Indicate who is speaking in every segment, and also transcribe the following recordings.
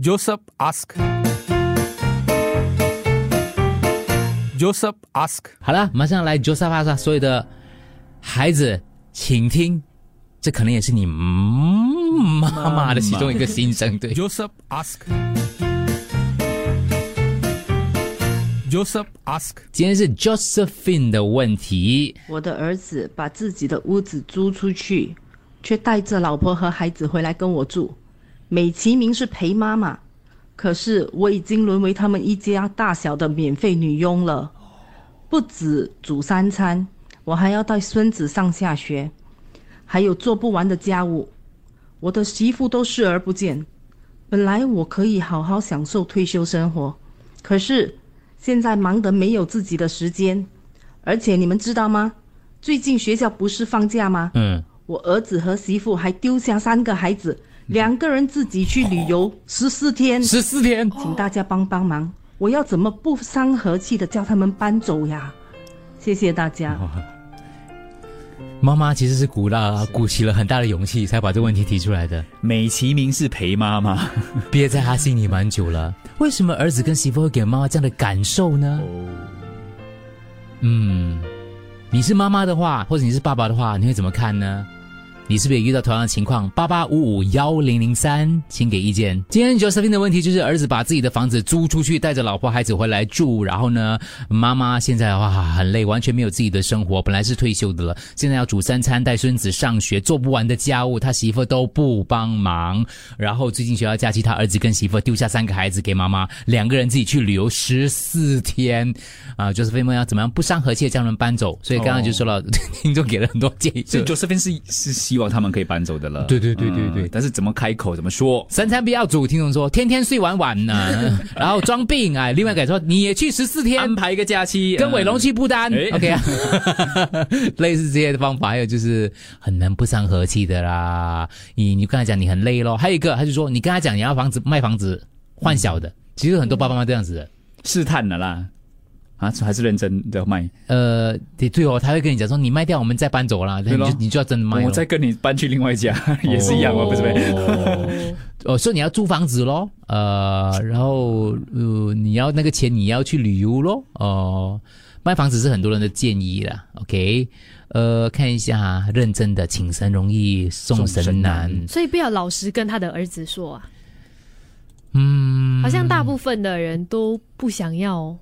Speaker 1: Joseph asked. Joseph asked.
Speaker 2: 好了，马上来 Joseph Ask 所有的孩子，请听，这可能也是你妈妈的其中一个心声，对。
Speaker 1: Joseph asked. Joseph asked.
Speaker 2: 今天是 Josephine 的问题，
Speaker 3: 我的儿子把自己的屋子租出去，却带着老婆和孩子回来跟我住，美其名是陪妈妈，可是我已经沦为他们一家大小的免费女佣了。不止煮三餐，我还要带孙子上下学，还有做不完的家务，我的媳妇都视而不见。本来我可以好好享受退休生活，可是现在忙得没有自己的时间，而且你们知道吗？最近学校不是放假吗？
Speaker 2: 嗯，
Speaker 3: 我儿子和媳妇还丢下三个孩子，两个人自己去旅游十四天，
Speaker 2: 十四天，
Speaker 3: 请大家帮帮忙，我要怎么不伤和气的叫他们搬走呀？谢谢大家。
Speaker 2: 哦妈妈其实是鼓了鼓起了很大的勇气，才把这个问题提出来的，
Speaker 4: 美其名是陪妈妈，
Speaker 2: 憋在她心里蛮久了。为什么儿子跟媳妇会给妈妈这样的感受呢？嗯，你是妈妈的话，或者你是爸爸的话，你会怎么看呢？你是不是也遇到同样的情况？八八五五幺零零三，请给意见。今天 Josephine 的问题就是儿子把自己的房子租出去，带着老婆孩子回来住，然后呢，妈妈现在的话很累，完全没有自己的生活，本来是退休的了，现在要煮三餐、带孙子上学，做不完的家务，他媳妇都不帮忙。然后最近学校假期，他儿子跟媳妇丢下三个孩子给妈妈，两个人自己去旅游十四天，啊、j o s e p h i n e 问要怎么样不伤和气地将他们搬走，所以刚刚就说了， 听众给了很多建议，
Speaker 4: 所以 Josephine 是是希望他们可以搬走的了。嗯
Speaker 2: 对对对对对
Speaker 4: 但是怎么开口，怎么说？
Speaker 2: 三餐不要煮，听众说天天睡晚晚呢、
Speaker 4: 啊
Speaker 2: 然后装病啊。另外一个说你也去十四天
Speaker 4: 安，排一个假期，
Speaker 2: 跟伟龙
Speaker 4: 嗯
Speaker 2: 去不丹、
Speaker 4: 哎
Speaker 2: o k 啊，类似这些的方法，还有就是很难不伤和气的啦。你你跟他讲你很累咯，还有一个他就说你跟他讲你要房子卖房子换小的，其实很多爸爸妈妈这样子的。
Speaker 4: 嗯试探了啦，啊，还是认真的卖。
Speaker 2: 呃，对对哦，他会跟你讲说你卖掉我们再搬走啦，你
Speaker 4: 对咯
Speaker 2: 就你就要真的卖咯。
Speaker 4: 我再跟你搬去另外一家 也是一样啊，不是呗？
Speaker 2: 哦，哦，所以你要租房子咯，呃，然后呃，你要那个钱你要去旅游咯，哦、卖房子是很多人的建议啦，OK，呃，看一下啊，认真的，请神容易送神难，
Speaker 5: 所以不要老实跟他的儿子说啊。
Speaker 2: 嗯，
Speaker 5: 好像大部分的人都不想要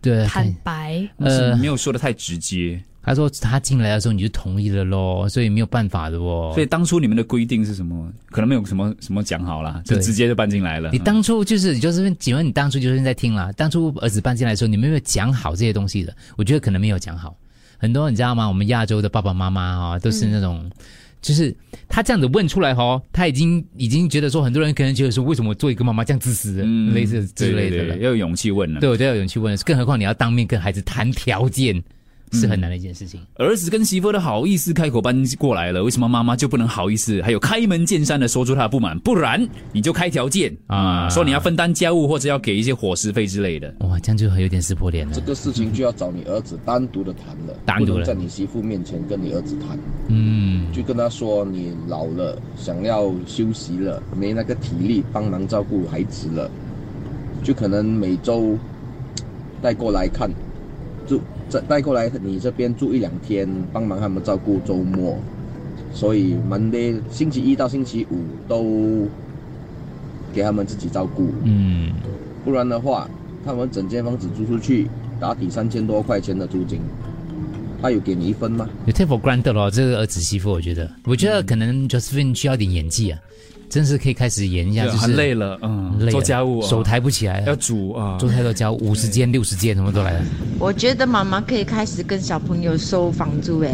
Speaker 2: 对，
Speaker 5: 坦
Speaker 2: 看
Speaker 5: 白，
Speaker 4: 呃，
Speaker 2: 呃
Speaker 4: 没有说的太直接。
Speaker 2: 他说他进来的时候你就同意了咯，所以没有办法的哦
Speaker 4: 所。以当初你们的规定是什么？可能没有什么什么讲好啦，就
Speaker 2: 对
Speaker 4: 直接就搬进来了。
Speaker 2: 你当初就是，你就是请问你当初就是在听啦。当初儿子搬进来的时候，你们有没有讲好这些东西的？我觉得可能没有讲好。很多你知道吗？我们亚洲的爸爸妈妈啊、都是那种，
Speaker 4: 嗯
Speaker 2: 就是他这样子问出来哦，他已经已经觉得说，很多人可能觉得说，为什么我做一个妈妈这样自私，
Speaker 4: 嗯
Speaker 2: 类似之类的
Speaker 4: 对
Speaker 2: 了。
Speaker 4: 对对要有勇气问了。
Speaker 2: 对，我都要有人去问，更何况你要当面跟孩子谈条件，是
Speaker 4: 嗯
Speaker 2: 很难的一件事情。
Speaker 4: 儿子跟媳妇都好意思开口搬过来了，为什么妈妈就不能好意思，还有开门见山的说出她的不满？不然你就开条件啊、
Speaker 2: 啊
Speaker 4: 说你要分担家务或者要给一些伙食费之类的。
Speaker 2: 哇，这样就很有点撕破脸了
Speaker 6: 这。个事情就要找你儿子单独的谈了，
Speaker 2: 单独的
Speaker 6: 不能在你媳妇面前跟你儿子谈，
Speaker 2: 嗯，
Speaker 6: 就跟他说你老了，想要休息了，没那个体力帮忙照顾孩子了，就可能每周呃带过来看，住再带过来你这边住一两天，帮忙他们照顾周末，所以 Monday 星期一到星期五都给他们自己照顾，
Speaker 2: 嗯，
Speaker 6: 不然的话，他们整间房子租出去，打底三千多块钱的租金，他有给你一分吗？
Speaker 2: 有 take for granted 咯，这个儿子媳妇，我觉得，我觉
Speaker 4: 嗯
Speaker 2: 得可能 Josephine 需要点演技啊，真是可以开始演一下，就是
Speaker 4: 很累了，嗯，
Speaker 2: 累了
Speaker 4: 做家务、啊，
Speaker 2: 手抬不起来
Speaker 4: 要
Speaker 2: 了，
Speaker 4: 煮啊，
Speaker 2: 做太多家务，五十件、六十件什么都来了，
Speaker 7: 我觉得妈妈可以开始跟小朋友收房租诶，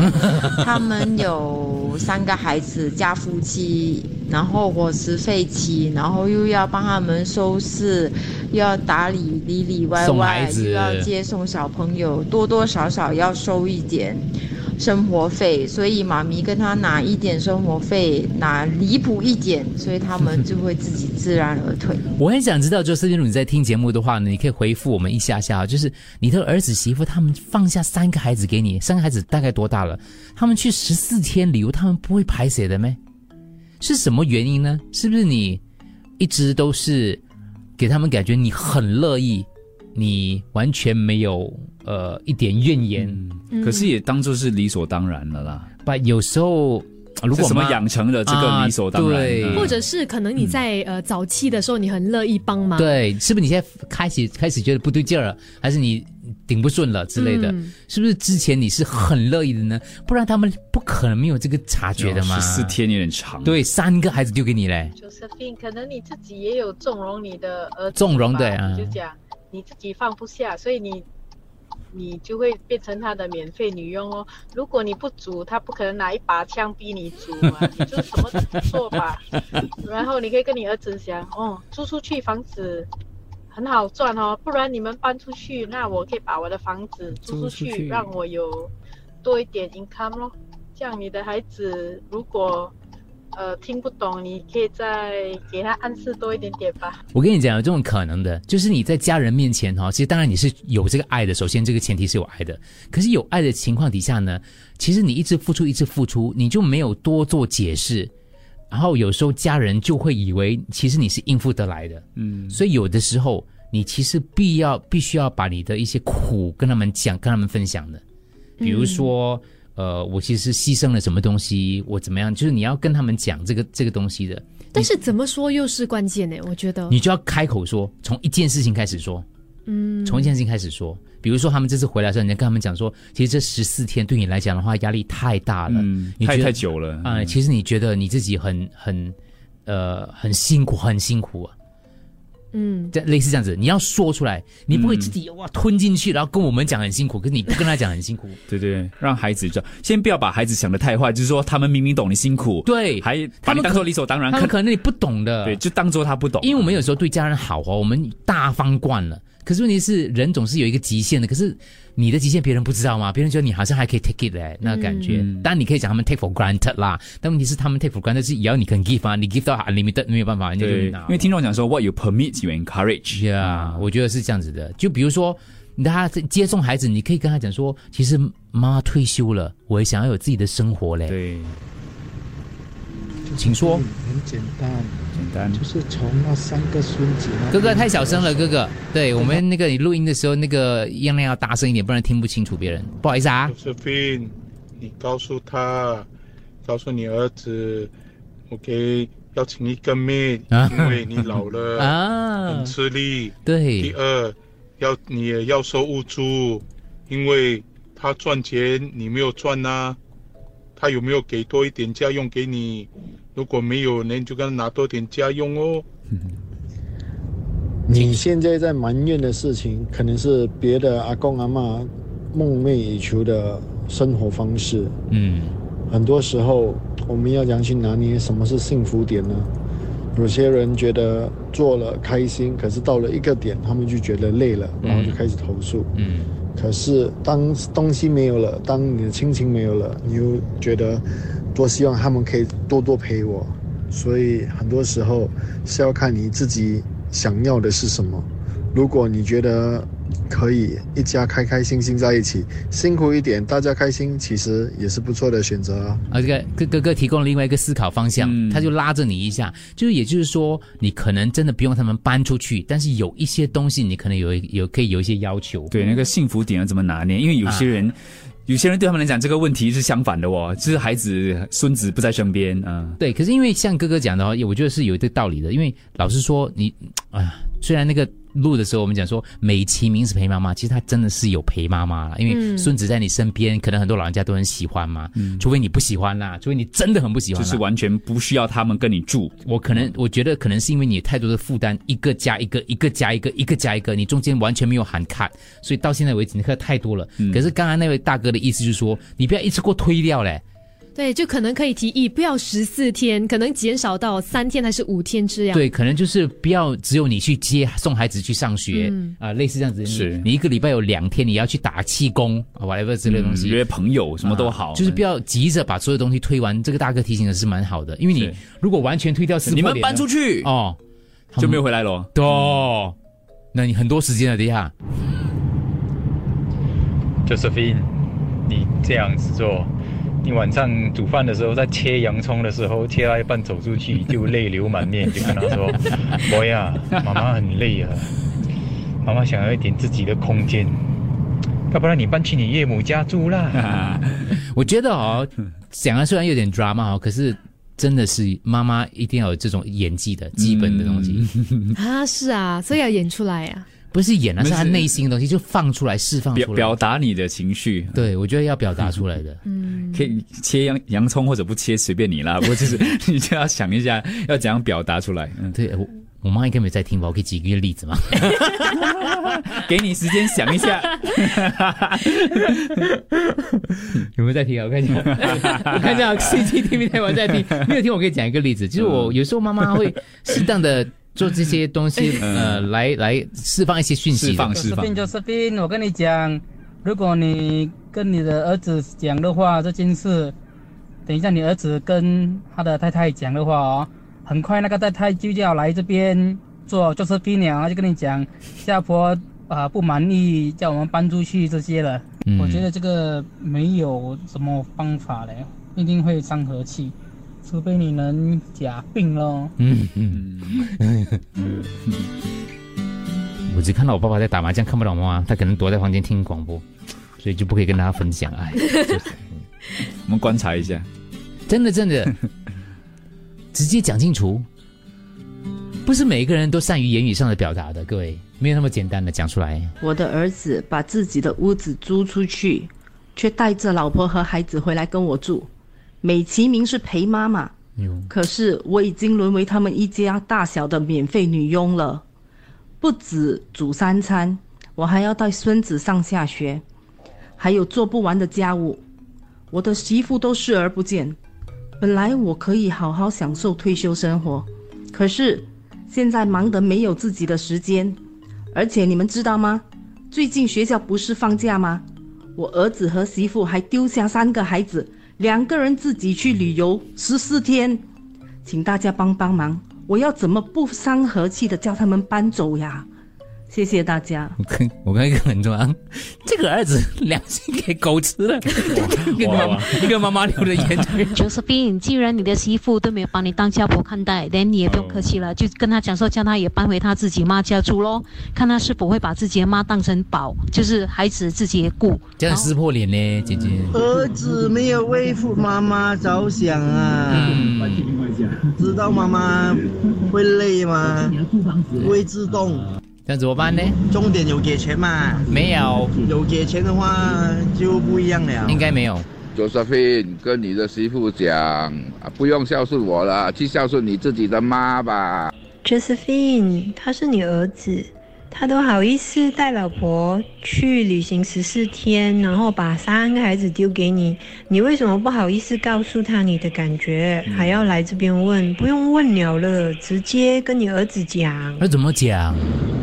Speaker 7: 他们有三个孩子加夫妻，然后伙食费起，然后又要帮他们收拾，又要打理里里外
Speaker 2: 送孩
Speaker 7: 外，
Speaker 2: 子
Speaker 7: 又要接送小朋友，多多少少要收一点生活费，所以妈咪跟他拿一点生活费，拿离谱一点，所以他们就会自己自然而退。
Speaker 2: 我很想知道，就是如果你在听节目的话呢，你可以回复我们一下下，就是你的儿子媳妇他们放下三个孩子给你，三个孩子大概多大了？他们去十四天旅游，他们不会排泄的咩？是什么原因呢？是不是你一直都是给他们感觉你很乐意，你完全没有呃一点怨言。
Speaker 5: 嗯
Speaker 4: 可是也当做是理所当然了啦。
Speaker 2: 但有时候啊如
Speaker 4: 这
Speaker 2: 果
Speaker 4: 怎么
Speaker 2: 妈
Speaker 4: 养成了这个理所当然？
Speaker 2: 啊对
Speaker 4: 嗯
Speaker 5: 或者是可能你在呃早期的时候，你很乐意帮忙，
Speaker 2: 对，是不是你现在开始开始觉得不对劲儿了，还是你顶不顺了之类的？
Speaker 5: 嗯
Speaker 2: 是不是之前你是很乐意的呢？不然他们不可能没有这个察觉的嘛。
Speaker 4: 十哦四天有点长。
Speaker 2: 对，三个孩子丢给你嘞，
Speaker 8: Josephine，可能你自己也有纵容你的儿子吧，
Speaker 2: 纵容对啊
Speaker 8: 你就讲你自己放不下，所以你你就会变成他的免费女佣哦。如果你不煮，他不可能拿一把枪逼你煮 啊，你就什么都不做吧。然后你可以跟你儿子讲，哦，租出去房子很好赚哦，不然你们搬出去，那我可以把我的房子租出去，让我有多一点 income 咯。这样你的孩子如果呃听不懂，你可以再给他暗示多一点点吧。
Speaker 2: 我跟你讲，有这种可能的，就是你在家人面前哈、哦，其实当然你是有这个爱的，首先这个前提是有爱的。可是有爱的情况底下呢，其实你一直付出，一直付出，你就没有多做解释，然后有时候家人就会以为其实你是应付得来的，
Speaker 4: 嗯，
Speaker 2: 所以有的时候你其实必要必须要把你的一些苦跟他们讲，跟他们分享的，
Speaker 4: 嗯
Speaker 2: 比如说。呃，我其实牺牲了什么东西，我怎么样？就是你要跟他们讲这个这个东西的，
Speaker 5: 但是怎么说又是关键呢？我觉
Speaker 4: 哦
Speaker 5: 得，
Speaker 2: 你就要开口说，从一件事情开始说，
Speaker 5: 嗯，
Speaker 2: 从一件事情开始说。比如说他们这次回来的时候，你就跟他们讲说，其实这十四天对你来讲的话，压力太大了，
Speaker 4: 嗯，
Speaker 2: 你觉
Speaker 4: 太
Speaker 2: 得
Speaker 4: 太久了。
Speaker 2: 啊、其实你觉得你自己很很呃很辛苦，很辛苦啊，
Speaker 5: 嗯，
Speaker 2: 这类似这样子，你要说出来，你不会自己、哇吞进去，然后跟我们讲很辛苦，可是你不跟他讲很辛苦，
Speaker 4: 对对，让孩子知道，先不要把孩子想的太坏，就是说他们明明懂你辛苦，
Speaker 2: 对
Speaker 4: 还把
Speaker 2: 他们
Speaker 4: 你
Speaker 2: 可
Speaker 4: 当做理所当然，
Speaker 2: 他们
Speaker 4: 看
Speaker 2: 可能你不懂的，
Speaker 4: 对，就当做他不懂，啊
Speaker 2: 因为我们有时候对家人好哦，我们大方惯了。可是问题是，人总是有一个极限的。可是你的极限别人不知道吗？别人觉得你好像还可以 take it 嘞、那个感觉。
Speaker 4: 嗯
Speaker 2: 当然你可以讲他们 take for granted 啦，但问题是他们 take for granted 是也要你肯 give 啊，你 give 到 unlimited 没有办法，人家就
Speaker 4: 对，
Speaker 2: 拿
Speaker 4: 因为听众讲说，what you permit you encourage，嗯
Speaker 2: 呀我觉得是这样子的。就比如说，你他接送孩子，你可以跟他讲说，其实妈妈退休了，我也想要有自己的生活嘞。
Speaker 4: 对，
Speaker 2: 请说，
Speaker 9: 很简单，
Speaker 4: 简单，
Speaker 9: 就是从那三个孙子那
Speaker 2: 哥哥太小声了，哥哥。对我们那个录音的时候，那个音量要大声一点，不然听不清楚别人。不好意思啊。
Speaker 9: Josephine，你告诉他，告诉你儿子，OK，要请一个妹，
Speaker 2: 啊
Speaker 9: 因为你老 了，
Speaker 2: 啊
Speaker 9: 很，吃力。第
Speaker 2: 对，
Speaker 9: 二，要你也要收物租，因为他赚钱你没有赚呐、他有没有给多一点家用给你？如果没有，那你就跟他拿多点家用哦。
Speaker 10: 你现在在埋怨的事情，可能是别的阿公阿嬷梦寐以求的生活方式。
Speaker 2: 嗯，
Speaker 10: 很多时候，我们要良心拿捏什么是幸福点呢？有些人觉得做了开心，可是到了一个点，他们就觉得累了，然后就开始投诉。
Speaker 2: 嗯，
Speaker 10: 可是当东西没有了，当你的亲情没有了，你又觉得多希望他们可以多多陪我。所以很多时候是要看你自己想要的是什么。如果你觉得可以一家开开心心在一起，辛苦一点，大家开心，其实也是不错的选择啊。
Speaker 2: 啊，这个哥哥哥提供了另外一个思考方向，
Speaker 4: 嗯
Speaker 2: 他就拉着你一下，就是也就是说，你可能真的不用他们搬出去，但是有一些东西你可能有有可以有一些要求。啊
Speaker 4: 对，那个幸福点要怎么拿捏？因为有些人，有些人对他们来讲，这个问题是相反的哦，就是孩子孙子不在身边啊，
Speaker 2: 对，可是因为像哥哥讲的话，也我觉得是有一个道理的。因为老实说，你啊，虽然那个录的时候我们讲说美其名是陪妈妈，其实他真的是有陪妈妈啦。因为
Speaker 5: 嗯
Speaker 2: 孙子在你身边，可能很多老人家都很喜欢嘛，除非你不喜欢啦，除非你真的很不喜
Speaker 4: 嗯
Speaker 2: 欢
Speaker 4: 就
Speaker 2: 啦。
Speaker 4: 是完全不需要他们跟你住，嗯
Speaker 2: 我可能我觉得可能是因为你有太多的负担，一个加一个，一个加一个，一个加一个，你中间完全没有喊 cut，所以到现在为止你喝太多了。
Speaker 4: 嗯
Speaker 2: 可是刚刚那位大哥的意思就是说，你不要一次过推掉嘞。
Speaker 5: 对，就可能可以提议不要十四天，可能减少到三天还是五天这样。
Speaker 2: 对，可能就是不要只有你去接送孩子去上学啊、
Speaker 5: 嗯
Speaker 2: 类似这样子。你
Speaker 4: 是
Speaker 2: 你一个礼拜有两天你要去打气功啊，whatever 之类的东西。
Speaker 4: 嗯约朋友什么都好，
Speaker 2: 啊就是不要急着把所有东西推完。这个大哥提醒的是蛮好的，因为你
Speaker 4: 是
Speaker 2: 如果完全推掉撕破
Speaker 4: 你
Speaker 2: 脸了，
Speaker 4: 们搬出去
Speaker 2: 哦，嗯
Speaker 4: 就没有回来了哦。
Speaker 2: 对、那你很多 时间了，等一下。
Speaker 11: Josephine，你这样子做，你晚上煮饭的时候，在切洋葱的时候，切到一半走出去就泪流满面，就跟他说：“我呀，妈妈很累啊，妈妈想要一点自己的空间，要不然你搬去你岳母家住啦。”
Speaker 2: 我觉得哦，讲的虽然有点 drama 哦，可是真的是妈妈一定要有这种演技的基
Speaker 4: 嗯
Speaker 2: 本的东西，
Speaker 5: 啊，是啊，所以要演出来啊。
Speaker 2: 不是演啊，
Speaker 4: 那
Speaker 2: 是
Speaker 4: 是
Speaker 2: 她内心的东西就放出来释放
Speaker 4: 表
Speaker 2: 出来。
Speaker 4: 表达你的情绪，
Speaker 2: 对，我觉得要表达出来的。
Speaker 4: 可以切洋洋葱或者不切随便你 啦，不过就是 你就要想一下要怎样表达出来。嗯，
Speaker 2: 对我，我妈应该没在听吧？我可以举一个 例子吗？
Speaker 4: 给你时间想一下。
Speaker 2: 有没有在听啊？我看一下， 我看一下 CCTV 台湾在听，没有听我可以讲一个例子，就是
Speaker 4: 嗯
Speaker 2: 我有时候妈妈会适当的做这些 东西，呃，来来释放一些讯息
Speaker 4: 嗯
Speaker 2: 的，
Speaker 4: 释放释放。
Speaker 12: Josephine，Josephine，我跟你讲，如果你跟你的儿子讲的话，这件事，等一下你儿子跟他的太太讲的话哦，很快那个太太就要来这边做 Josephine 了，她就跟你讲，下婆啊、不满意，叫我们搬出去这些了。
Speaker 2: 嗯
Speaker 12: 我觉得这个没有什么方法嘞，一定会伤和气，除非你能假病咯。
Speaker 2: 嗯嗯，
Speaker 4: 嗯
Speaker 2: 我只看到我爸爸在打麻将，看不到我妈妈，她可能躲在房间听广播，所以就不可以跟大家分享。哎，
Speaker 4: 我们观察一下，
Speaker 2: 真的 真的，直接讲清楚，不是每一个人都善于言语上的表达的，各位没有那么简单的讲出来。
Speaker 3: 我的儿子把自己的屋子租出去，却带着老婆和孩子回来跟我住，美其名是陪妈妈。可是我已经沦为他们一家大小的免费女佣了，不止煮三餐，我还要带孙子上下学，还有做不完的家务，我的媳妇都视而不见。本来我可以好好享受退休生活，可是现在忙得没有自己的时间，而且你们知道吗？最近学校不是放假吗？我儿子和媳妇还丢下三个孩子，两个人自己去旅游十四天，请大家帮帮忙，我要怎么不伤和气的叫他们搬走呀？谢谢大家。
Speaker 2: 我跟 我跟一啊个很重要，这个儿子良心给狗吃 了，一个妈妈一个妈妈留的言。
Speaker 13: Josephine，既然你的媳妇都没有把你当家婆看待，连你也不
Speaker 2: 嗯
Speaker 13: 用客气了，就跟她讲说，叫她也搬回她自己妈家住喽，看她是否会把自己的妈当成宝，就是孩子自己顾。
Speaker 2: 这样撕破脸呢，姐姐。
Speaker 14: 儿子没有为妈妈着想啊，知道妈妈会累吗？不会自动，
Speaker 2: 这样怎么办呢？
Speaker 14: 重点有给钱嘛？
Speaker 2: 没有，
Speaker 14: 有给钱的话就不一样了。
Speaker 2: 应该没有。
Speaker 15: Josephine 跟你的媳妇讲，啊不用孝顺我了，去孝顺你自己的妈吧。
Speaker 16: Josephine，他是你儿子，他都好意思带老婆去旅行十四天，然后把三个孩子丢给你，你为什么不好意思告诉他你的感觉，还要来这边问？不用问了了，直接跟你儿子讲。
Speaker 2: 那怎么啊讲？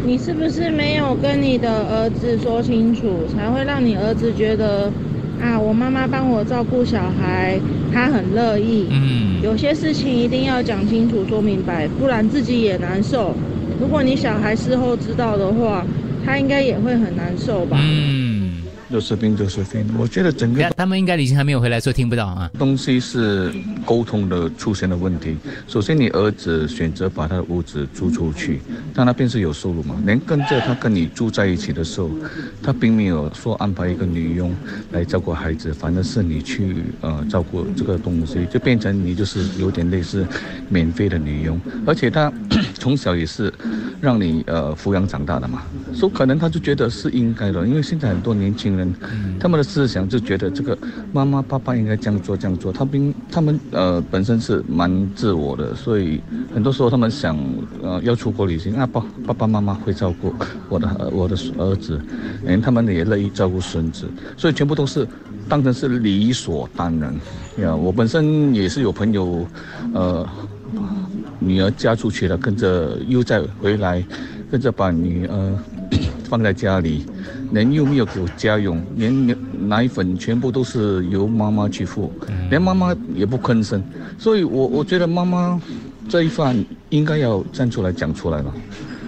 Speaker 17: 你是不是没有跟你的儿子说清楚，才会让你儿子觉得啊，我妈妈帮我照顾小孩，她很乐意。
Speaker 2: 嗯，
Speaker 17: 有些事情一定要讲清楚、说明白，不然自己也难受。如果你小孩事后知道的话，他应该也会很难受吧。
Speaker 2: 嗯，
Speaker 11: 都是兵，都是兵。我觉得整个
Speaker 2: 他们应该旅行还没有回来，所以听不到啊。
Speaker 11: 东西是沟通的出现的问题。首先，你儿子选择把他的屋子租出去，但那边是有收入嘛？连跟着他跟你住在一起的时候，他并没有说安排一个女佣来照顾孩子，反而是你去呃照顾这个东西，就变成你就是有点类似免费的女佣，而且他从小也是让你呃抚养长大的嘛，所以可能他就觉得是应该的，因为现在很多年轻人，他们的思想就觉得这个妈妈爸爸应该这样做这样做，他们他们呃本身是蛮自我的，所以很多时候他们想呃要出国旅行啊，爸爸爸妈妈会照顾我的呃我的儿子，连他们也乐意照顾孙子，所以全部都是当成是理所当然呀。我本身也是有朋友，呃。女儿嫁出去了，跟着又再回来，跟着把女儿 放在家里，人又没有给我家用，连牛奶粉全部都是由妈妈去付，连妈妈也不吭声，所以我我觉得妈妈这一番应该要站出来讲出来了。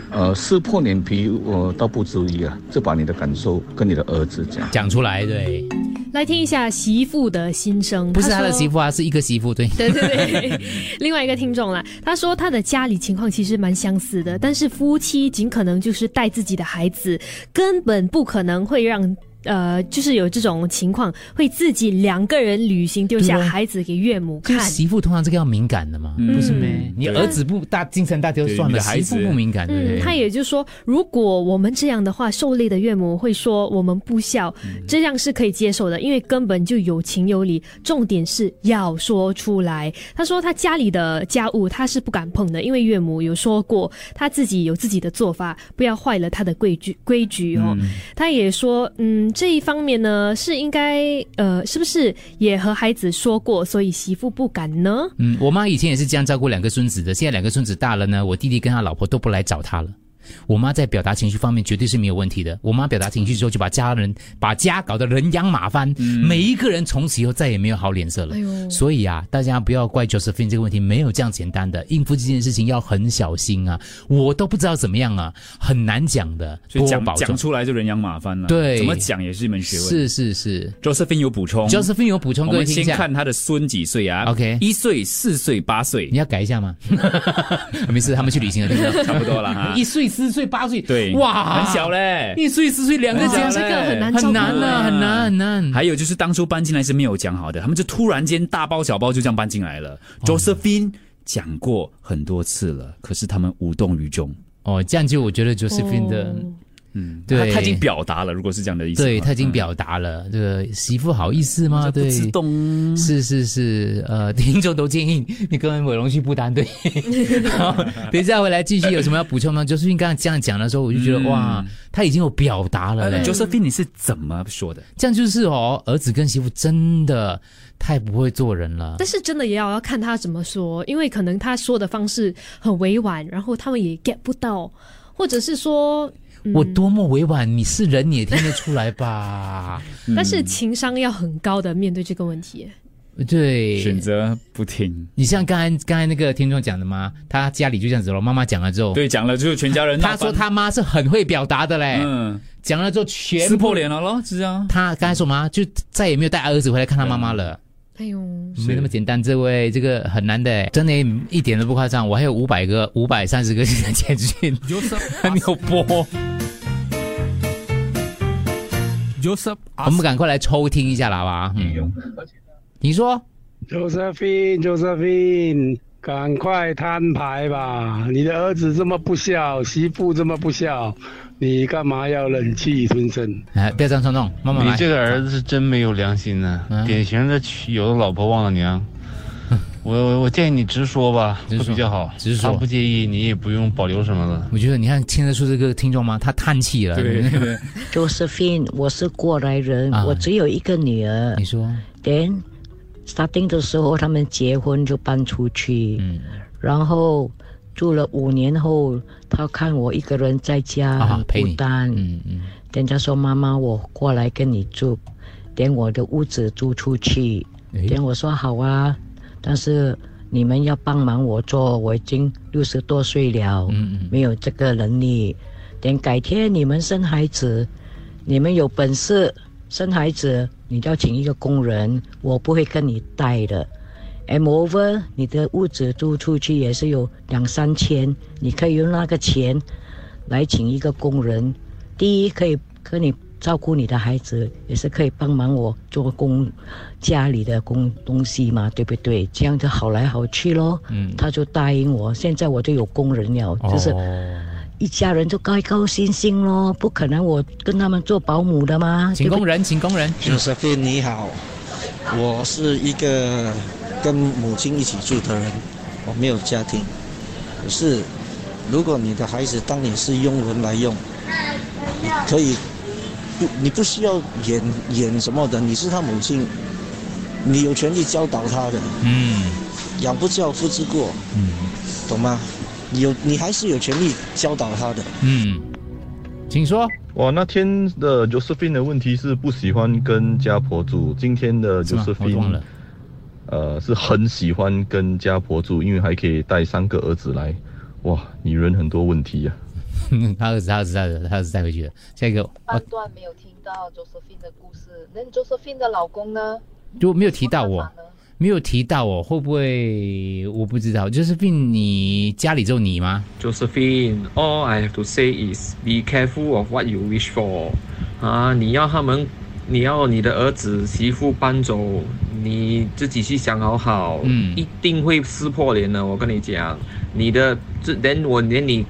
Speaker 11: 呃，撕破脸皮，我倒不至于啊，就把你的感受跟你的儿子讲
Speaker 2: 讲出来，对。
Speaker 5: 来听一下媳妇的心声。
Speaker 2: 不是他的媳
Speaker 5: 妇。
Speaker 2: 妇啊，是一个媳妇，对。
Speaker 5: 对对对， 另外一个听众啦，他说他的家里情况其实蛮相似的，但是夫妻尽可能就是带自己的孩子，根本不可能会让。呃，就是有这种情况，会自己两个人旅行，丢下
Speaker 2: 对啊
Speaker 5: 孩子给岳母
Speaker 2: 就
Speaker 5: 看
Speaker 2: 是。媳妇通常这个要敏感的嘛，
Speaker 5: 嗯
Speaker 2: 不是咩？你
Speaker 5: 对
Speaker 2: 儿子不大精神大丢算
Speaker 4: 对你
Speaker 2: 了，
Speaker 4: 的孩
Speaker 2: 媳
Speaker 4: 子
Speaker 2: 妇不敏感，对不
Speaker 5: 嗯，
Speaker 2: 对？
Speaker 5: 他也就说，如果我们这样的话，受累的岳母会说我们不孝，
Speaker 2: 嗯
Speaker 5: 这样是可以接受的，因为根本就有情有理。重点是要说出来。他说他家里的家务他是不敢碰的，因为岳母有说过他自己有自己的做法，不要坏了他的规矩规矩哦。
Speaker 18: 嗯
Speaker 5: 他也说，嗯，这一方面呢是应该呃，是不是也和孩子说过，所以媳妇不敢呢？
Speaker 2: 嗯，我妈以前也是这样照顾两个孙子的，现在两个孙子大了呢，我弟弟跟他老婆都不来找他了。我妈在表达情绪方面绝对是没有问题的。我妈表达情绪之后，就把家人把家搞得人仰马翻，
Speaker 4: 嗯
Speaker 2: 每一个人从此以后再也没有好脸色了。
Speaker 5: 哎呦
Speaker 2: 所以啊，大家不要怪 Josephine 这个问题没有这样简单的，应付这件事情要很小心啊。我都不知道怎么样啊，很难讲的。
Speaker 4: 所以
Speaker 2: 多
Speaker 4: 讲
Speaker 2: 保重
Speaker 4: 讲出来就人仰马翻了。
Speaker 2: 对
Speaker 4: 怎么讲也是一门学问。
Speaker 2: 是是是。
Speaker 4: Josephine 有补充
Speaker 2: Josephine 有补充，
Speaker 4: 我
Speaker 2: 各
Speaker 4: 们
Speaker 2: 位听一
Speaker 4: 先
Speaker 2: 下。
Speaker 4: 看他的孙几岁啊
Speaker 2: OK
Speaker 4: 一岁、四岁、八岁。
Speaker 2: 你要改 一下吗？ 没事，他们去旅行了，对不对
Speaker 4: 差不多了哈
Speaker 2: 一岁、四岁、八岁，
Speaker 4: 对，
Speaker 2: 哇，
Speaker 4: 很小嘞，
Speaker 2: 一岁、四岁两个
Speaker 4: 很
Speaker 2: 家，
Speaker 4: 小嘞
Speaker 2: 很难啊，很难很难。
Speaker 4: 还有就是当初搬进来是没有讲好的，他们就突然间大包小包就这样搬进来了。Josephine 讲过很多次了，可是他们无动于衷。
Speaker 2: 哦，这样就我觉得 Josephine 的，
Speaker 4: 嗯，
Speaker 2: 对
Speaker 4: 他他已经表达了，如果是这样的意思的话，
Speaker 2: 对他已经
Speaker 4: 嗯
Speaker 2: 表达了，这个媳妇好意思吗？对，
Speaker 4: 自动
Speaker 2: 是是是，呃，听众都建议你跟伟龙去不丹，对。 好等一下回来继续有什么要补充吗？Josephine 刚刚这样讲的时候，我就觉得
Speaker 4: 嗯
Speaker 2: 哇，他已经有表达了嘞
Speaker 4: 呃。Josephine 你是怎么说的？
Speaker 2: 这样就是哦，儿子跟媳妇真的太不会做人了。
Speaker 5: 但是真的也要要看他怎么说，因为可能他说的方式很委婉，然后他们也 get 不到，或者是说，嗯、？
Speaker 2: 我多么委婉，你是人你也听得出来吧
Speaker 5: 但是情商要很高的面对这个问题。
Speaker 2: 嗯对，选
Speaker 4: 择不听。
Speaker 2: 你像刚才刚才那个听众讲的嘛，他家里就这样子咯，妈妈讲了之后，
Speaker 4: 对，讲了就是全家人闹
Speaker 2: 他
Speaker 4: 翻。
Speaker 2: 说他妈是很会表达的嘞，
Speaker 4: 嗯，
Speaker 2: 讲了之后全部
Speaker 4: 撕破脸了咯，是 啊。
Speaker 2: 他刚才说嘛，就再也没有带儿子回来看他妈妈了。
Speaker 5: 哎呦，
Speaker 4: 嗯
Speaker 2: 没那么简单，这位这个很难的，真的一点都不夸张。我还有五百个、五百三十个现在简讯， 你有播。
Speaker 1: Joseph
Speaker 2: 我们赶快来抽听一下啦，好吧？嗯，你说
Speaker 19: Josephine，Josephine，赶快摊牌吧！你的儿子这么不孝，媳妇这么不孝，你干嘛要忍气吞声？
Speaker 2: 哎，不要这样冲动，慢慢来。
Speaker 20: 你这个儿子是真没有良心呢、
Speaker 2: 嗯
Speaker 20: 典型的娶有了老婆忘了 娘。我我我建议你直说吧，会比较好。
Speaker 2: 直说
Speaker 20: 他不介意，你也不用保留什么了。
Speaker 2: 我觉得你看听得出这个听众吗？他叹气了。
Speaker 21: Josephine，我是过来人，
Speaker 2: 啊
Speaker 21: 我只有一个女儿。
Speaker 2: 你说，
Speaker 21: 等 starting 的时候，他们结婚就搬出去，
Speaker 2: 嗯，
Speaker 21: 然后住了五年后，他看我一个人在家
Speaker 2: 啊
Speaker 21: 很
Speaker 2: 陪
Speaker 21: 孤
Speaker 2: 你
Speaker 21: 单，嗯
Speaker 2: 嗯，
Speaker 21: 等他说妈妈，我过来跟你住，连我的屋子租出去，
Speaker 22: 哎
Speaker 21: 连我说好啊，但是。你们要帮忙我做，我已经六十多岁了，没有这个能力。等改天你们生孩子，你们有本事生孩子，你就要请一个工人，我不会跟你带的。M over，你的屋子租出去也是有两三千，你可以用那个钱来请一个工人。第一，可以可你照顾你的孩子，也是可以帮忙我做工，家里的工东西嘛，对不对？这样就好来好去咯。
Speaker 2: 嗯
Speaker 21: 他就答应我，现在我就有工人了，
Speaker 2: 哦
Speaker 21: 就是。一家人就高高兴兴咯，不可能我跟他们做保姆的嘛。
Speaker 2: 请
Speaker 21: 对不
Speaker 2: 工人，请工人。
Speaker 22: Josephine 你好，我是一个跟母亲一起住的人，我没有家庭。可是，如果你的孩子当你是佣人来用，你可以不，你不需要演演什么的，你是他母亲，你有权利教导他的。
Speaker 2: 嗯
Speaker 22: 养不教，父之过，
Speaker 2: 嗯
Speaker 22: 懂吗？你有，你还是有权利教导他的。
Speaker 2: 嗯，请说。
Speaker 23: 我那天的 Josephine 的问题是不喜欢跟家婆住，今天的
Speaker 2: 是吗我
Speaker 23: Josephine
Speaker 2: 忘了
Speaker 23: 呃是很喜欢跟家婆住，因为还可以带三个儿子来，哇，女人很多问题呀、啊
Speaker 2: 他儿子，他儿子，他儿子，他儿子带回去了。下一个，哦
Speaker 6: 半段没有听到 Josephine 的故事，那 Josephine 的老公呢？
Speaker 2: 如果没有提到我， 没有提到我，会不会我不知道？就是病你家里只有你吗？
Speaker 7: Josephine, all I have to say is be careful of what you wish for。啊，你要他们，你要你的儿子媳妇搬走，你自己去想好好，
Speaker 18: 嗯
Speaker 7: 一定会撕破脸的。我跟你讲，你的这连我连你，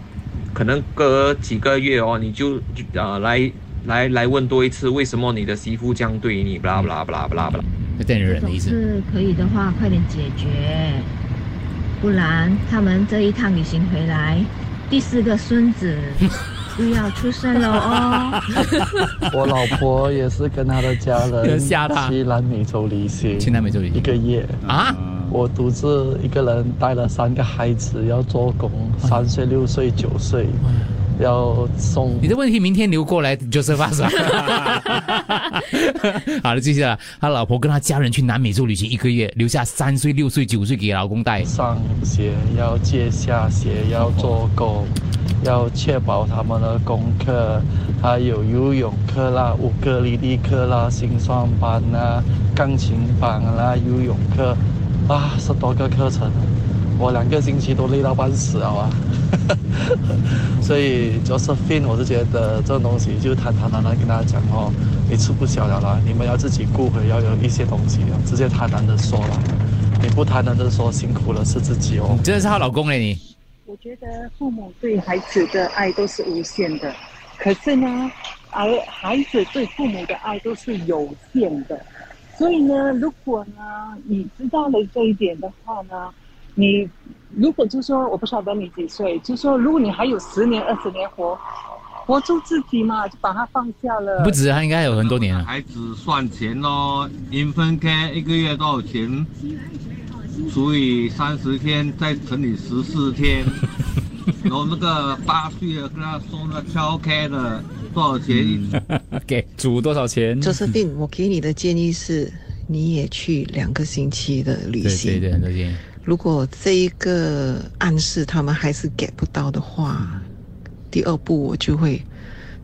Speaker 7: 可能隔几个月哦，你就啊、来来来问多一次，为什么你的媳妇这样对你？巴拉巴拉巴拉巴拉巴拉，
Speaker 2: 有点忍
Speaker 7: 的意思
Speaker 6: 是可以的话，快点解决，不然他们这一趟旅行回来，第四个孙子又要出生了哦。
Speaker 24: 我老婆也是跟她的家
Speaker 2: 人
Speaker 24: 人
Speaker 2: 吓她
Speaker 24: 去南美洲旅行，
Speaker 2: 去南美洲旅行
Speaker 24: 一个月
Speaker 2: 啊！
Speaker 24: 我独自一个人带了三个孩子要做工，三岁、六岁、九岁，要送
Speaker 2: 你的问题明天留过来就是发生。 好了，接下来他老婆跟他家人去南美洲旅行一个月，留下三岁、六岁、九岁给老公带。
Speaker 24: 上鞋，要借下鞋，要做工，要确保他们的功课，还有游泳课啦、乌克丽丽课啦、心算班啦、钢琴班啦、游泳课，啊，十多个课程，我两个星期都累到半死了啊。 所以 Josephine，我是觉得这种东西就坦坦然然跟大家讲哦，你吃不消了啦，你们要自己顾回，要有一些东西啊了，直接坦然的说了。你不坦然的说，辛苦了是自己哦。
Speaker 2: 真的是她老公嘞，欸你
Speaker 25: 我觉得父母对孩子的爱都是无限的，可是呢，而孩子对父母的爱都是有限的。所以呢，如果呢你知道了这一点的话呢，你如果就说我不晓得你几岁，就说如果你还有十年、二十年活，活住自己嘛，就把它放下了。
Speaker 2: 不止，他啊应该有很多年了。
Speaker 25: 孩子算钱咯，银分 K 一个月多少钱？除以三十天，再乘以十四天，然后那个八岁的跟他说那超 K 的多少钱？
Speaker 4: 给煮多少钱？
Speaker 2: 嗯
Speaker 26: Josephine，我给你的建议是，你也去两个星期的旅
Speaker 2: 对
Speaker 26: 行。
Speaker 2: 对对，很多建议。
Speaker 26: 如果这一个暗示他们还是 get 不到的话，
Speaker 2: 嗯
Speaker 26: 第二步我就会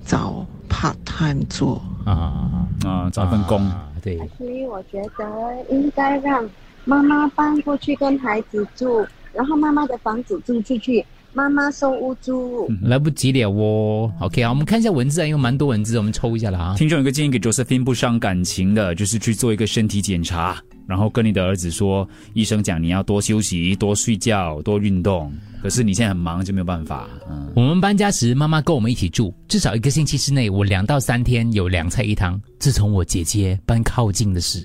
Speaker 26: 找 part time 做。
Speaker 2: 啊
Speaker 4: 啊，找份工。
Speaker 2: 对，
Speaker 27: 所以我觉得应该让妈妈搬过去跟孩子住，然后妈妈的房子租出去，妈妈收屋租。
Speaker 2: 来不及了哦。OK 啊，我们看一下文字啊，因为蛮多文字，我们抽一下了啊。
Speaker 4: 听众有个建议给 Josephine 不伤感情的，就是去做一个身体检查，然后跟你的儿子说，医生讲你要多休息、多睡觉、多运动。可是你现在很忙，就没有办法。嗯，
Speaker 2: 我们搬家时，妈妈跟我们一起住，至少一个星期之内，我两到三天有两菜一汤。自从我姐姐搬靠近的时，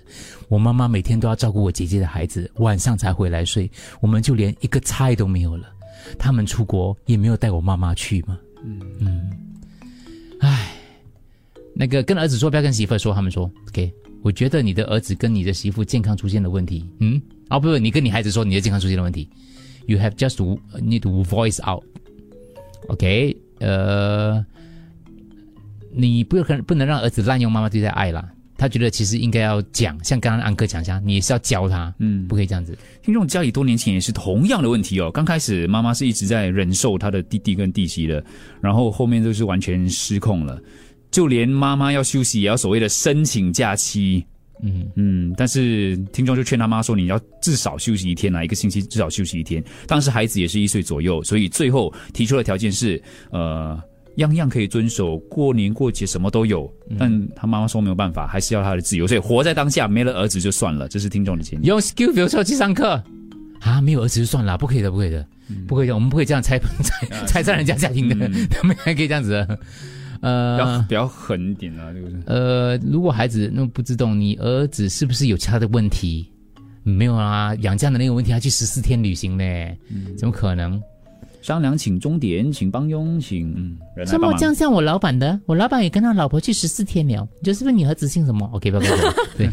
Speaker 2: 我妈妈每天都要照顾我姐姐的孩子，晚上才回来睡，我们就连一个菜都没有了。他们出国也没有带我妈妈去嘛。嗯嗯，唉，那个跟儿子说，不要跟媳妇说，他们说 OK。我觉得你的儿子跟你的媳妇健康出现了问题，嗯，啊不不，你跟你孩子说你的健康出现了问题，You have just to need to voice out。OK，呃，你不可不能让儿子滥用妈妈对待爱啦。他觉得其实应该要讲，像刚刚安哥讲一下，你也是要教他，嗯，不可以这样子。
Speaker 4: 听众家里多年前也是同样的问题哦。刚开始妈妈是一直在忍受她的弟弟跟弟媳的，然后后面就是完全失控了，就连妈妈要休息也要所谓的申请假期。
Speaker 2: 嗯
Speaker 4: 嗯，但是听众就劝他妈说，你要至少休息一天啦，一个星期至少休息一天。当时孩子也是一岁左右，所以最后提出的条件是，呃，样样可以遵守，过年过节什么都有。但他妈妈说没有办法，还是要他的自由，所以活在当下，没了儿子就算了。这是听众的建议。
Speaker 2: 用 skill 比如说去上课啊，没有儿子就算了，不可以的，不可以的，不可以的，我们不可以这样拆拆拆散人家家庭的，他 们还可以这样子的。
Speaker 4: 比较
Speaker 2: 呃
Speaker 4: 比较狠一点啊，这个是。
Speaker 2: 呃，如果孩子那么不自动，你儿子是不是有其他的问题？没有啊，养家能力有问题，还去十四天旅行呢，
Speaker 4: 嗯
Speaker 2: 怎么可能？
Speaker 4: 商量请钟点，请帮佣，请嗯，人来
Speaker 2: 这
Speaker 4: 帮
Speaker 2: 么
Speaker 4: 忙。
Speaker 2: 像像我老板的，我老板也跟他老婆去十四天了。就是问你儿子姓什么？OK，不要不要不 要对，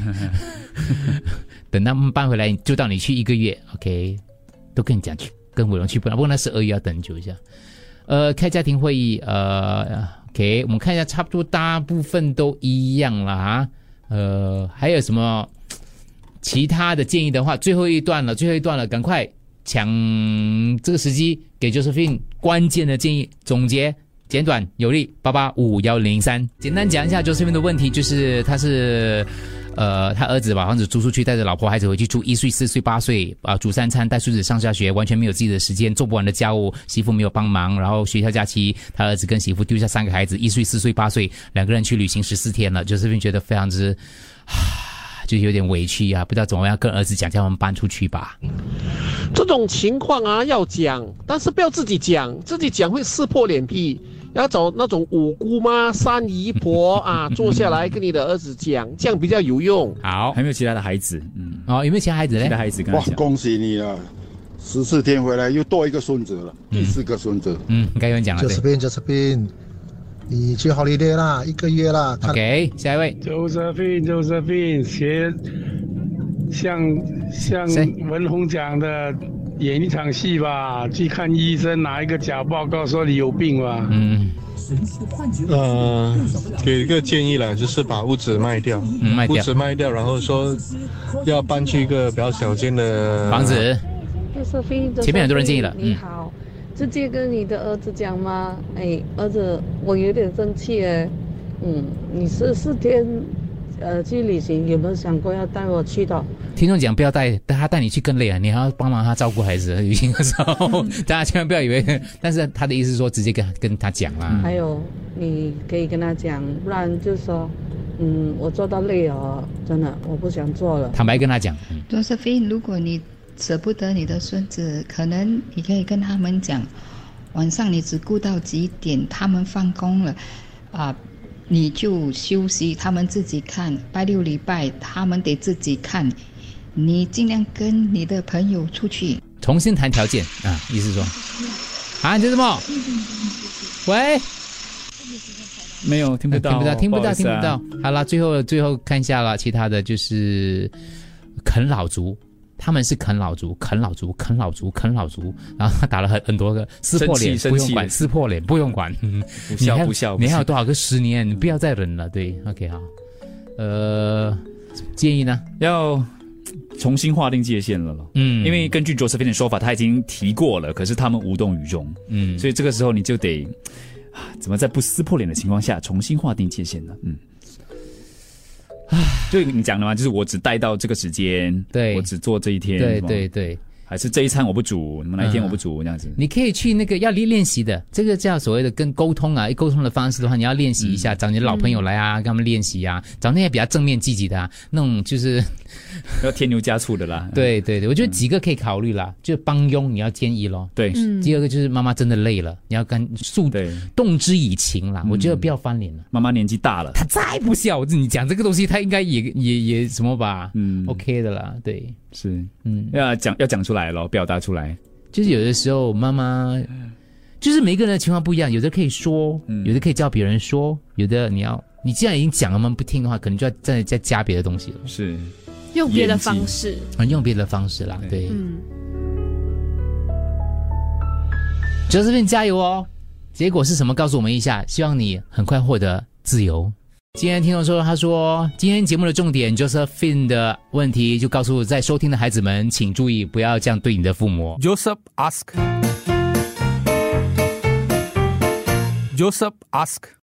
Speaker 2: 等他们搬回来就到你去一个月，OK，都跟你讲去，跟伟龙去，不然不过那十二月要等很久一下。呃，开家庭会议，呃，OK，我们看一下，差不多大部分都一样啦。啊呃，还有什么其他的建议的话，最后一段了，最后一段了，赶快抢这个时机给 Josephine 关键的建议总结。简短有力，八八五幺零三。简单讲一下 Josephine 的问题，就是他是，呃，他儿子把房子租出去，带着老婆孩子回去住，一岁、四岁、八岁，啊、煮三餐，带孙子上下学，完全没有自己的时间，做不完的家务，媳妇没有帮忙，然后学校假期，他儿子跟媳妇丢下三个孩子，一岁、四岁、八岁，两个人去旅行十四天了，Josephine 觉得非常之，啊，就有点委屈啊，不知道怎么样跟儿子讲，叫他们搬出去吧。
Speaker 28: 这种情况啊，要讲，但是不要自己讲，自己讲会撕破脸皮。要找那种五姑妈、三姨婆啊，坐下来跟你的儿子讲，这样比较有用。
Speaker 4: 好，还有没有其他的孩子？嗯，
Speaker 2: 哦，有没有其他孩子呢？
Speaker 4: 其他孩子跟他
Speaker 29: 哇
Speaker 4: 讲，
Speaker 29: 恭喜你了，十四天回来又多一个孙子了，第四个孙子。
Speaker 2: 嗯，该有人
Speaker 29: 啊
Speaker 2: 讲了，
Speaker 30: 就
Speaker 2: 对
Speaker 30: 是。病，就是病。你去 holiday 啦，一个月啦。看
Speaker 2: OK，下一位。
Speaker 19: Josephine，Josephine，学像像文宏讲的，演一场戏吧，去看医生，拿一个假报告说你有病吧。
Speaker 2: 嗯。
Speaker 31: 呃，给一个建议啦，就是把屋子卖掉，
Speaker 2: 嗯卖掉
Speaker 31: 屋子卖掉，然后说要搬去一个比较小间的
Speaker 2: 房子。
Speaker 32: 前
Speaker 2: 前面很多人建议了
Speaker 32: 你
Speaker 2: 嗯
Speaker 32: 好，直接跟你的儿子讲吗？哎，儿子，我有点生气哎。嗯，你是四天，呃，去旅行有没有想过要带我去的？
Speaker 2: 听众讲不要带他带你去更累啊，你还要帮忙他照顾孩子。旅行的时候， 大家千万不要以为，但是他的意思是说直接跟跟他讲啦。
Speaker 32: 还有，你可以跟他讲，不然就说，嗯，我做到累了，真的，我不想做了。
Speaker 2: 坦白跟他讲，
Speaker 13: Josephine，如果你舍不得你的孙子，可能你可以跟他们讲，晚上你只顾到几点，他们放工了，啊、你就休息，他们自己看。拜六礼拜他们得自己看，你尽量跟你的朋友出去。
Speaker 2: 重新谈条件啊，意思是说啊，你这什么？喂，
Speaker 4: 没有听不到，
Speaker 2: 听不到，听不
Speaker 4: 好
Speaker 2: 到，
Speaker 4: 意思
Speaker 2: 听
Speaker 4: 啊
Speaker 2: 不到。好了，最后最后看一下了，其他的就是啃老族。他们是啃老族，啃老族，啃老族，啃老族，然后他打了很很多个撕破脸，
Speaker 4: 生气生
Speaker 2: 不用
Speaker 4: 气
Speaker 2: 管，
Speaker 4: 了
Speaker 2: 撕破脸不用管，
Speaker 4: 不
Speaker 2: 你
Speaker 4: 孝
Speaker 2: 还有
Speaker 4: 不孝不
Speaker 2: 你还有
Speaker 4: 孝
Speaker 2: 多少个十年？你不要再忍了，对，OK 好，呃，建议呢？
Speaker 4: 要重新划定界限了咯。
Speaker 2: 嗯
Speaker 4: 因为根据 Josephine 的说法，他已经提过了，可是他们无动于衷。
Speaker 2: 嗯，
Speaker 4: 所以这个时候你就得啊怎么在不撕破脸的情况下重新划定界限呢？嗯。就你讲的嘛，就是我只带到这个时间，
Speaker 2: 对
Speaker 4: 我只做这一天，
Speaker 2: 对
Speaker 4: 是吗
Speaker 2: 对对，
Speaker 4: 还是这一餐我不煮，你们哪一天
Speaker 2: 嗯
Speaker 4: 我不煮这样子，
Speaker 2: 你可以去那个要练练习的，这个叫所谓的跟沟通啊，沟通的方式的话，你要练习一
Speaker 4: 嗯
Speaker 2: 下，找你的老朋友来啊，跟他们练习啊，找那些比较正面积极的啊，那种就是，。
Speaker 4: 要添油加嗯醋的啦
Speaker 2: 对对对，我觉得几个可以考虑啦，就帮佣你要建议咯。
Speaker 4: 对嗯
Speaker 2: 第二个就是妈妈真的累了，你要跟诉动之以情啦，我觉得不要翻脸了。
Speaker 4: 妈妈年纪大了，
Speaker 2: 她再不孝，你讲这个东西，她应该也也也什么吧？嗯，OK 的啦，对，
Speaker 4: 是，
Speaker 2: 嗯，
Speaker 4: 要讲要讲出来咯，表达出来。
Speaker 2: 就是有的时候妈妈，就是每个人的情况不一样，有的可以说，
Speaker 4: 嗯
Speaker 2: 有的可以叫别人说，有的你要，你既然已经讲了嘛，不听的话，可能就要再再加别的东西了。
Speaker 4: 是，
Speaker 33: 用别的方式。
Speaker 2: 嗯，用别的方式啦。对，
Speaker 33: 嗯，
Speaker 2: 哲思斌加油哦！结果是什么？告诉我们一下，希望你很快获得自由。今天听众说，他说今天节目的重点 Josephine 的问题，就告诉在收听的孩子们，请注意不要这样对你的父母。
Speaker 34: Joseph ask. Joseph ask.